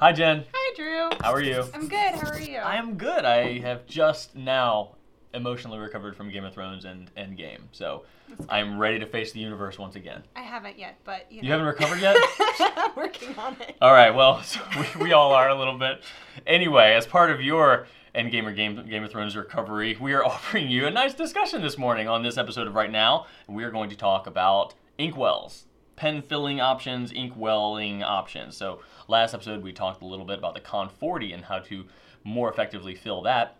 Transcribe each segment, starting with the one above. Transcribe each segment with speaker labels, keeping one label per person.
Speaker 1: Hi, Jen.
Speaker 2: Hi, Drew.
Speaker 1: How are you?
Speaker 2: I'm good. How are you?
Speaker 1: I am good. I have just now emotionally recovered from Game of Thrones and Endgame, so I'm ready to face the universe once again.
Speaker 2: I haven't yet, but you,
Speaker 1: You
Speaker 2: know.
Speaker 1: haven't Oh, recovered yet?
Speaker 2: I'm working on it.
Speaker 1: All right. Well, so we, we all are a little bit. Anyway, as part of your Endgame or Game, Game of Thrones recovery, we are offering you a nice discussion this morning on this episode of Right Now. We are going to talk about inkwells, pen filling options, inkwelling options. So last episode we talked a little bit about the Con 40 and how to more effectively fill that.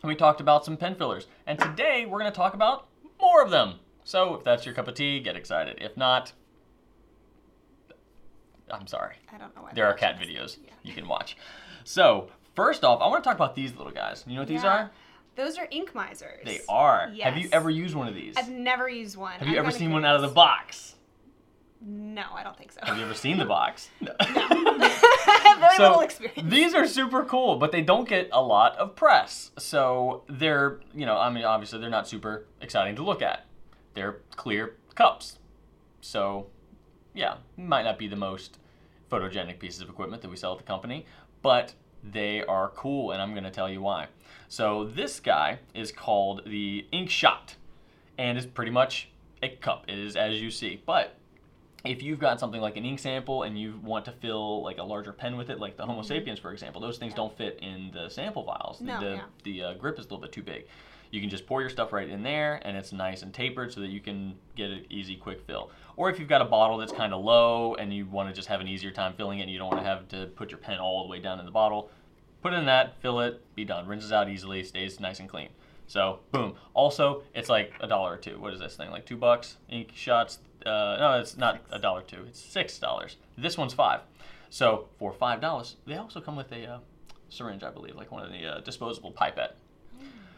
Speaker 1: And we talked about some pen fillers. And today we're going to talk about more of them. So if that's your cup of tea, get excited. If not, I'm sorry
Speaker 2: I don't know why.
Speaker 1: there
Speaker 2: I'm
Speaker 1: are cat
Speaker 2: watching this.
Speaker 1: videos
Speaker 2: Yeah.
Speaker 1: you can watch. So, first off, I want to talk about these little guys. You know what these
Speaker 2: Yeah.
Speaker 1: are?
Speaker 2: Those are ink misers.
Speaker 1: They are. Have you
Speaker 2: Yes.
Speaker 1: ever used one of these?
Speaker 2: I've never used one.
Speaker 1: Have you
Speaker 2: I'm
Speaker 1: ever
Speaker 2: gonna
Speaker 1: seen
Speaker 2: get
Speaker 1: one out of the
Speaker 2: this.
Speaker 1: box?
Speaker 2: No, I don't think so.
Speaker 1: Have you ever seen the box?
Speaker 2: I have very
Speaker 1: so
Speaker 2: little experience.
Speaker 1: these are super cool, but they don't get a lot of press. So they're, you know, I mean, obviously they're not super exciting to look at. They're clear cups. So, yeah, might not be the most photogenic pieces of equipment that we sell at the company, but they are cool, and I'm going to tell you why. So this guy is called the Ink Shot, and is pretty much a cup. It is as you see, but if you've got something like an ink sample and you want to fill like a larger pen with it, like the Homo sapiens, for example, those things don't fit in the sample vials. The-
Speaker 2: Mm-hmm. No,
Speaker 1: the
Speaker 2: yeah.
Speaker 1: the uh, grip is a little bit too big. You can just pour your stuff right in there, and it's nice and tapered so that you can get an easy, quick fill. Or if you've got a bottle that's kind of low and you want to just have an easier time filling it, and you don't want to have to put your pen all the way down in the bottle, put it in that, fill it, be done. Rinses out easily, stays nice and clean. So boom. Also, it's like a dollar or two. What is this thing? Like two bucks? Ink shots? Uh, no, it's not a dollar two. It's six dollars. This one's five. So for five dollars, they also come with a uh, syringe, I believe, like one of the uh, disposable pipette.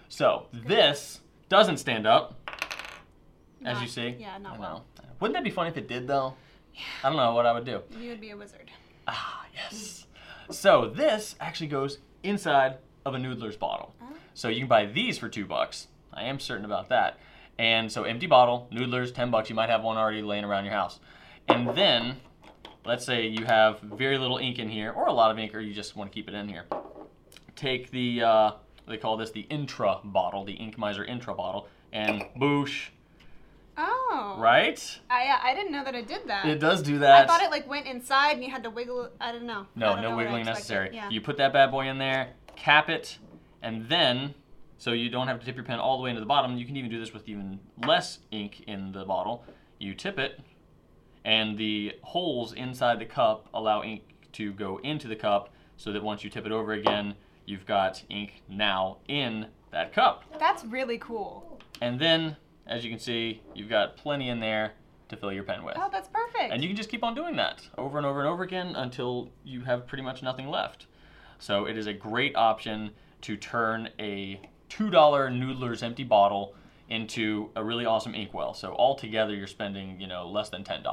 Speaker 1: So this doesn't stand up, as
Speaker 2: Not-
Speaker 1: you see.
Speaker 2: yeah, not
Speaker 1: I
Speaker 2: well.
Speaker 1: know. Wouldn't that be funny if it did though? I don't know what I would do.
Speaker 2: You would be a wizard.
Speaker 1: Ah, yes. So this actually goes inside of a Noodler's bottle.
Speaker 2: Oh.
Speaker 1: So you can buy these for two bucks. I am certain about that. And so empty bottle, Noodler's, ten bucks. You might have one already laying around your house. And then, let's say you have very little ink in here, or a lot of ink, or you just want to keep it in here. Take the uh, they call this the intra bottle, the Ink Miser intra bottle, and boosh,
Speaker 2: Oh.
Speaker 1: right?
Speaker 2: I uh, I didn't know that it did that.
Speaker 1: It does do
Speaker 2: I
Speaker 1: that.
Speaker 2: thought it like went inside and you had to wiggle. I don't know. I
Speaker 1: No,
Speaker 2: don't
Speaker 1: no
Speaker 2: know what I
Speaker 1: wiggling
Speaker 2: expected.
Speaker 1: necessary.
Speaker 2: Yeah.
Speaker 1: You put that bad boy in there, cap it, and then, so you don't have to tip your pen all the way into the bottom, you can even do this with even less ink in the bottle. You tip it, and the holes inside the cup allow ink to go into the cup so that once you tip it over again, you've got ink now in that cup.
Speaker 2: That's really cool.
Speaker 1: And then, as you can see, you've got plenty in there to fill your pen with.
Speaker 2: Oh, that's perfect.
Speaker 1: And you can just keep on doing that over and over and over again until you have pretty much nothing left. So it is a great option to turn a $2 Noodler's empty bottle into a really awesome inkwell. So altogether you're spending, you know, less than $10.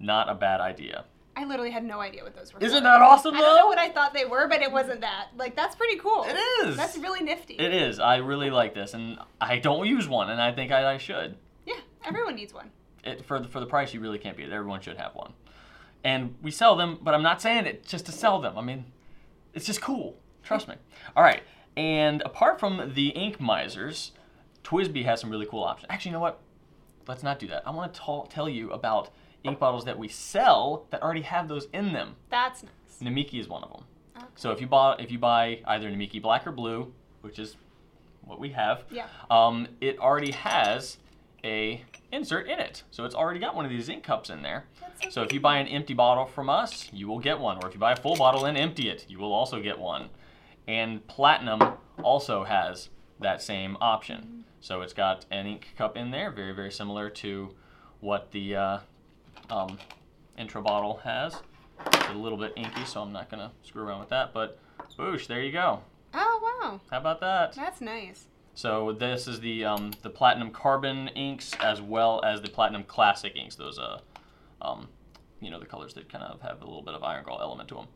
Speaker 1: Not a bad idea.
Speaker 2: I literally had no idea what those were.
Speaker 1: Isn't
Speaker 2: for.
Speaker 1: that awesome
Speaker 2: I don't know
Speaker 1: though?
Speaker 2: what I thought they were, but it wasn't that. Like that's pretty cool.
Speaker 1: It is.
Speaker 2: That's really nifty.
Speaker 1: It is. I really like this and I don't use one and I think I, I should.
Speaker 2: Yeah, everyone needs one.
Speaker 1: It, for, the, for the price you really can't beat it. Everyone should have one. And we sell them, but I'm not saying it just to sell them. I mean, It's just cool. Trust me. All right. And apart from the ink misers, Twisby has some really cool options. Actually, you know what? Let's not do that. I want to ta- tell you about ink bottles that we sell that already have those in them.
Speaker 2: That's nice.
Speaker 1: Namiki is one of them.
Speaker 2: Okay.
Speaker 1: So if you bought, if you buy either Namiki Black or Blue, which is what we have,
Speaker 2: Yeah.
Speaker 1: um, it already has a insert in it. So it's already got one of these ink cups in there.
Speaker 2: That's so
Speaker 1: So if you buy an empty bottle from us, you will get one. Or if you buy a full bottle and empty it, you will also get one. And Platinum also has that same option. So it's got an ink cup in there, very, very similar to what the uh, um, intro bottle has. It's a little bit inky, so I'm not going to screw around with that. But boosh, there you go.
Speaker 2: Oh wow,
Speaker 1: How about that?
Speaker 2: that's nice.
Speaker 1: So this is the um, the platinum carbon inks as well as the platinum classic inks. Those uh, um, you know, the colors that kind of have a little bit of iron gall element to them.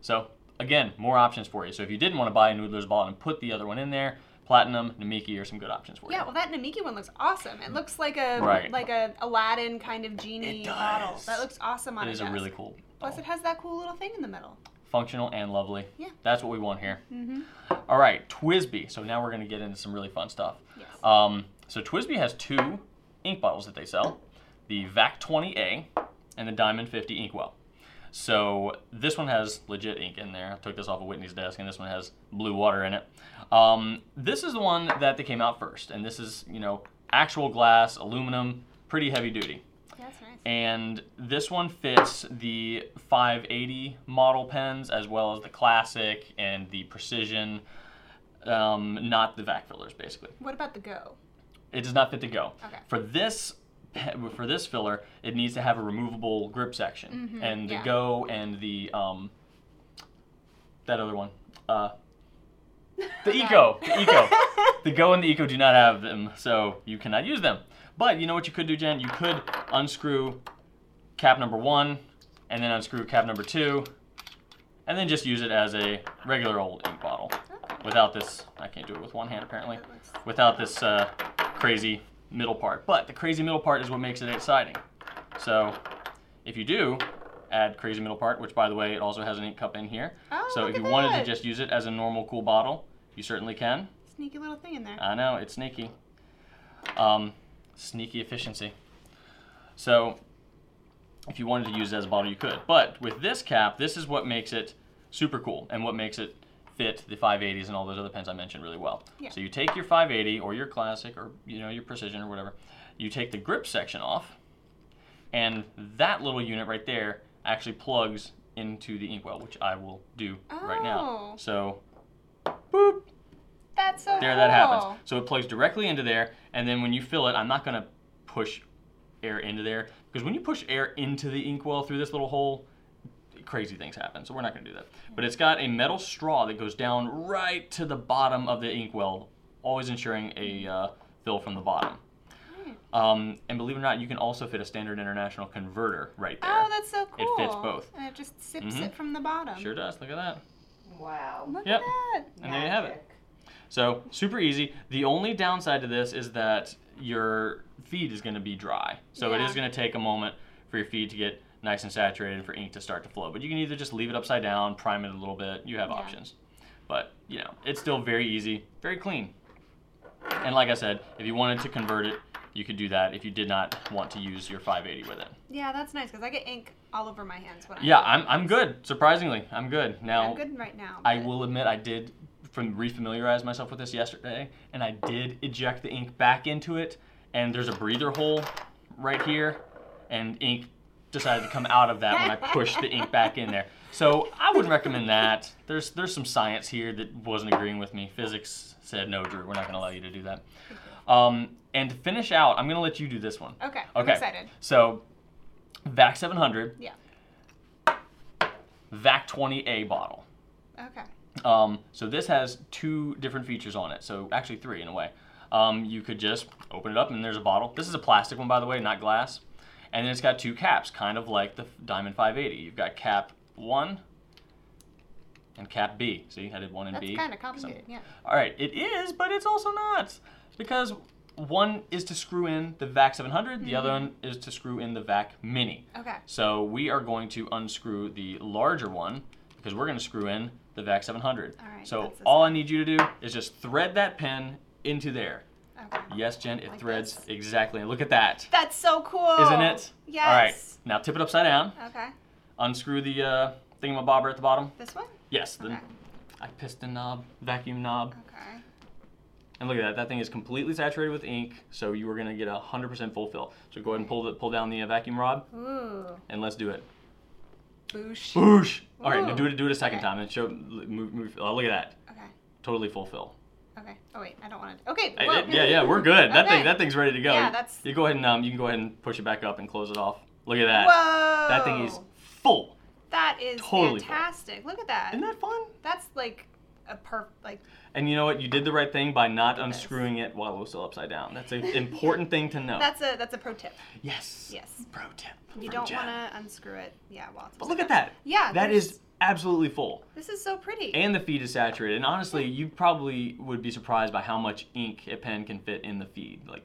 Speaker 1: So again, more options for you. So if you didn't want to buy a Noodler's ball and put the other one in there, platinum, Namiki are some good options for
Speaker 2: Yeah,
Speaker 1: you.
Speaker 2: well that Namiki one looks awesome. It looks like a
Speaker 1: Right.
Speaker 2: like a Aladdin kind of genie
Speaker 1: It does.
Speaker 2: bottle. That looks awesome on
Speaker 1: it is
Speaker 2: a
Speaker 1: a
Speaker 2: desk.
Speaker 1: really cool.
Speaker 2: Plus, it
Speaker 1: bottle.
Speaker 2: has that cool little thing in the middle.
Speaker 1: Functional and lovely.
Speaker 2: Yeah.
Speaker 1: That's what we want here.
Speaker 2: Mm-hmm.
Speaker 1: All right, Twisby. So now we're going to get into some really fun stuff.
Speaker 2: Yes.
Speaker 1: Um, so Twisby has two ink bottles that they sell, the VAC 20A and the Diamond 50 Inkwell. So this one has legit ink in there. I took this off of Whitney's desk, and this one has blue water in it. Um, this is the one that they came out first, and this is you know actual glass, aluminum, pretty heavy duty.
Speaker 2: That's nice.
Speaker 1: And this one fits the 580 model pens as well as the classic and the precision, um, not the vac fillers basically.
Speaker 2: What about the go?
Speaker 1: It does not fit the go.
Speaker 2: Okay.
Speaker 1: For this pe- for this filler, it needs to have a removable grip section,
Speaker 2: Mhm,
Speaker 1: and the
Speaker 2: yeah.
Speaker 1: go and the um, that other one, uh, the eco, the eco, the go and the eco do not have them, so you cannot use them. But you know what you could do, Jen? You could unscrew cap number one, and then unscrew cap number two, and then just use it as a regular old ink bottle
Speaker 2: Okay.
Speaker 1: without this. I can't do it with one hand apparently
Speaker 2: That looks-
Speaker 1: without this uh, crazy middle part. But the crazy middle part is what makes it exciting. So if you do add crazy middle part, which by the way, it also has an ink cup in here.
Speaker 2: Oh,
Speaker 1: so
Speaker 2: look
Speaker 1: if
Speaker 2: at
Speaker 1: you wanted to
Speaker 2: that.
Speaker 1: just use it as a normal cool bottle, you certainly can.
Speaker 2: Sneaky little thing in there.
Speaker 1: I know, it's sneaky. Um, sneaky efficiency. So if you wanted to use it as a bottle, you could. But with this cap, this is what makes it super cool and what makes it fit the 580s and all those other pens I mentioned really well.
Speaker 2: Yeah.
Speaker 1: So you take your 580 or your classic or you know your precision or whatever, you take the grip section off, and that little unit right there actually plugs into the inkwell, which I will do right now.
Speaker 2: Oh.
Speaker 1: So, boop
Speaker 2: That's so
Speaker 1: there
Speaker 2: cool.
Speaker 1: that happens. So it plugs directly into there, and then when you fill it, I'm not gonna push air into there because when you push air into the inkwell through this little hole, crazy things happen. So we're not gonna do that. But it's got a metal straw that goes down right to the bottom of the inkwell, always ensuring a uh, fill from the bottom.
Speaker 2: Hmm.
Speaker 1: Um, and believe it or not, you can also fit a standard international converter right there.
Speaker 2: Oh, that's so cool.
Speaker 1: It fits both.
Speaker 2: And it just sips
Speaker 1: Mhm.
Speaker 2: it from the bottom.
Speaker 1: sure does. Look at that.
Speaker 3: Wow.
Speaker 2: Look
Speaker 1: Yep.
Speaker 2: at that.
Speaker 1: And there you have it. So super easy. The only downside to this is that your feed is going to be dry. So it
Speaker 2: Yeah.
Speaker 1: is going to take a moment for your feed to get nice and saturated and for ink to start to flow. But you can either just leave it upside down, prime it a little bit. You have
Speaker 2: Yeah.
Speaker 1: options. But you know, it's still very easy, very clean. And like I said, if you wanted to convert it, you could do that. If you did not want to use your 580 with it,
Speaker 2: Yeah, that's nice because I get ink all over my hands when I.
Speaker 1: yeah, I'm, I'm good. Surprisingly, I'm good now.
Speaker 2: I'm good right now.
Speaker 1: I
Speaker 2: but-
Speaker 1: will admit I did from refamiliarize myself with this yesterday, and I did eject the ink back into it, and there's a breather hole right here, and ink decided to come out of that when I pushed the ink back in there. So I wouldn't recommend that. There's there's some science here that wasn't agreeing with me. Physics said no, Drew. We're not going to allow you to do that. Um, and to finish out, I'm going to let you do this one.
Speaker 2: Okay. I'm
Speaker 1: Okay.
Speaker 2: excited.
Speaker 1: So, VAC 700,
Speaker 2: Yeah.
Speaker 1: VAC 20A bottle.
Speaker 2: Okay.
Speaker 1: Um, so this has two different features on it. So actually three in a way. Um, you could just open it up and there's a bottle. This is a plastic one by the way, not glass. And then it's got two caps, kind of like the Diamond 580. You've got cap one and cap B. See, I did one and
Speaker 2: That's
Speaker 1: B.
Speaker 2: kind of
Speaker 1: 'cause I'm-
Speaker 2: complicated. Yeah.
Speaker 1: all right, it is, but it's also not because one is to screw in the VAC 700, the other one is to screw in the VAC Mini.
Speaker 2: Okay.
Speaker 1: So we are going to unscrew the larger one because we're going to screw in the VAC 700.
Speaker 2: All right,
Speaker 1: so
Speaker 2: that's this
Speaker 1: all I need you to do is just thread that pin into there.
Speaker 2: Okay.
Speaker 1: Yes, Jen, it
Speaker 2: Like
Speaker 1: threads
Speaker 2: this?
Speaker 1: exactly. Look at that,
Speaker 2: That's so cool.
Speaker 1: not it? All right,
Speaker 2: Yes.
Speaker 1: now tip it upside down.
Speaker 2: Okay.
Speaker 1: Unscrew the uh, thingamabobber at the bottom.
Speaker 2: This one.
Speaker 1: Yes, the
Speaker 2: Okay.
Speaker 1: I piston knob, vacuum knob.
Speaker 2: Okay.
Speaker 1: And look at that, that thing is completely saturated with ink, so you are gonna get a 100% full fill. So go ahead and pull, the, pull down the uh, vacuum rod,
Speaker 2: Ooh.
Speaker 1: and let's do it.
Speaker 2: Boosh.
Speaker 1: Boosh! All right, now
Speaker 2: Ooh.
Speaker 1: do it, do it a second
Speaker 2: Okay.
Speaker 1: time, and show, l- move, move, oh, look at that.
Speaker 2: Okay.
Speaker 1: Totally full fill.
Speaker 2: Okay. Oh wait, I don't want to. Okay.
Speaker 1: Hey,
Speaker 2: whoa.
Speaker 1: that- yeah, yeah, we're good. That
Speaker 2: Okay.
Speaker 1: thing, that thing's ready to go.
Speaker 2: Yeah, that's-
Speaker 1: You go ahead and, um, you can go ahead and push it back up and close it off. Look at that.
Speaker 2: Whoa.
Speaker 1: That thing is full.
Speaker 2: That is
Speaker 1: totally full.
Speaker 2: fantastic. Look at that.
Speaker 1: Isn't that fun?
Speaker 2: That's like a perf like
Speaker 1: And you know what? You did the right thing by not
Speaker 2: Look at this.
Speaker 1: unscrewing it while it was still upside down. That's an important thing to know.
Speaker 2: that's a that's a pro tip.
Speaker 1: yes.
Speaker 2: Yes.
Speaker 1: Pro tip.
Speaker 2: You
Speaker 1: from
Speaker 2: don't
Speaker 1: Jen.
Speaker 2: want to unscrew it. Yeah, while it's
Speaker 1: But look at that.
Speaker 2: Yeah.
Speaker 1: That
Speaker 2: there's-
Speaker 1: is absolutely full.
Speaker 2: This is so pretty.
Speaker 1: And the feed is saturated. And honestly, you probably would be surprised by how much ink a pen can fit in the feed. Like,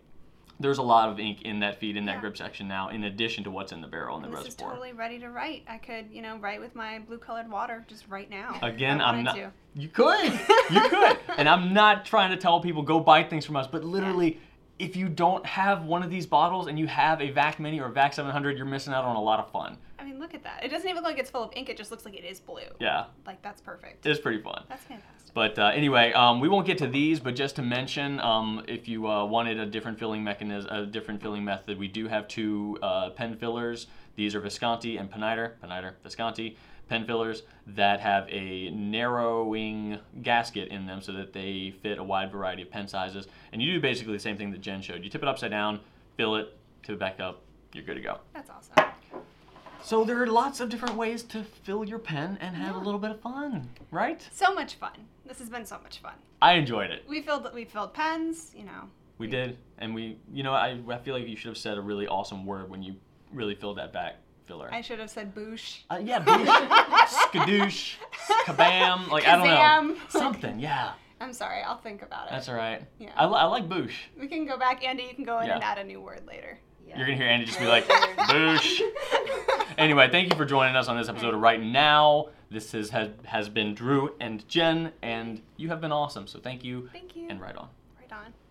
Speaker 1: there's a lot of ink in that feed in that
Speaker 2: Yeah.
Speaker 1: grip section now, in addition to what's in the barrel and the
Speaker 2: this is
Speaker 1: reservoir.
Speaker 2: totally ready to write. I could, you know, write with my blue colored water just right now. if
Speaker 1: Again,
Speaker 2: I
Speaker 1: I'm
Speaker 2: wanted
Speaker 1: not.
Speaker 2: to.
Speaker 1: You could, you could, and I'm not trying to tell people go buy things from us, but literally. If you don't have one of these bottles and you have a Vac Mini or a Vac 700, you're missing out on a lot of fun.
Speaker 2: I mean, look at that. It doesn't even look like it's full of ink. It just looks like it is blue.
Speaker 1: Yeah,
Speaker 2: Like that's perfect.
Speaker 1: it's pretty fun.
Speaker 2: That's fantastic.
Speaker 1: But uh, anyway, um, we won't get to these, but just to mention, um, if you uh, wanted a different filling mechanism, a different filling method, we do have two uh, pen fillers. These are Visconti and Peniter, Peniter, Visconti pen fillers that have a narrowing gasket in them so that they fit a wide variety of pen sizes. And you do basically the same thing that Jen showed. You tip it upside down, fill it, tip it back up, you're good to go.
Speaker 2: That's awesome.
Speaker 1: So there are lots of different ways to fill your pen and have a
Speaker 2: Yeah.
Speaker 1: little bit of fun, right?
Speaker 2: So much fun. This has been so much fun.
Speaker 1: I enjoyed it.
Speaker 2: We filled we filled pens, you know.
Speaker 1: We did, and we, you know, I, I feel like you should have said a really awesome word when you really filled that back filler.
Speaker 2: I should have said boosh.
Speaker 1: uh, yeah, boosh, skadoosh, kabam, like I don't know,
Speaker 2: Kazam.
Speaker 1: something. Yeah,
Speaker 2: I'm sorry, I'll think about it.
Speaker 1: that's all right.
Speaker 2: Yeah.
Speaker 1: I, li- I like boosh.
Speaker 2: we can go back, Andy, you can go in and
Speaker 1: Yeah.
Speaker 2: add a new word later.
Speaker 3: Yeah.
Speaker 1: You're gonna hear Andy just be like boosh. Anyway, thank you for joining us on this episode of Right Now. This is, has has been Drew and Jen, and you have been awesome. So thank you,
Speaker 2: Thank you.
Speaker 1: and right on.
Speaker 2: Right on.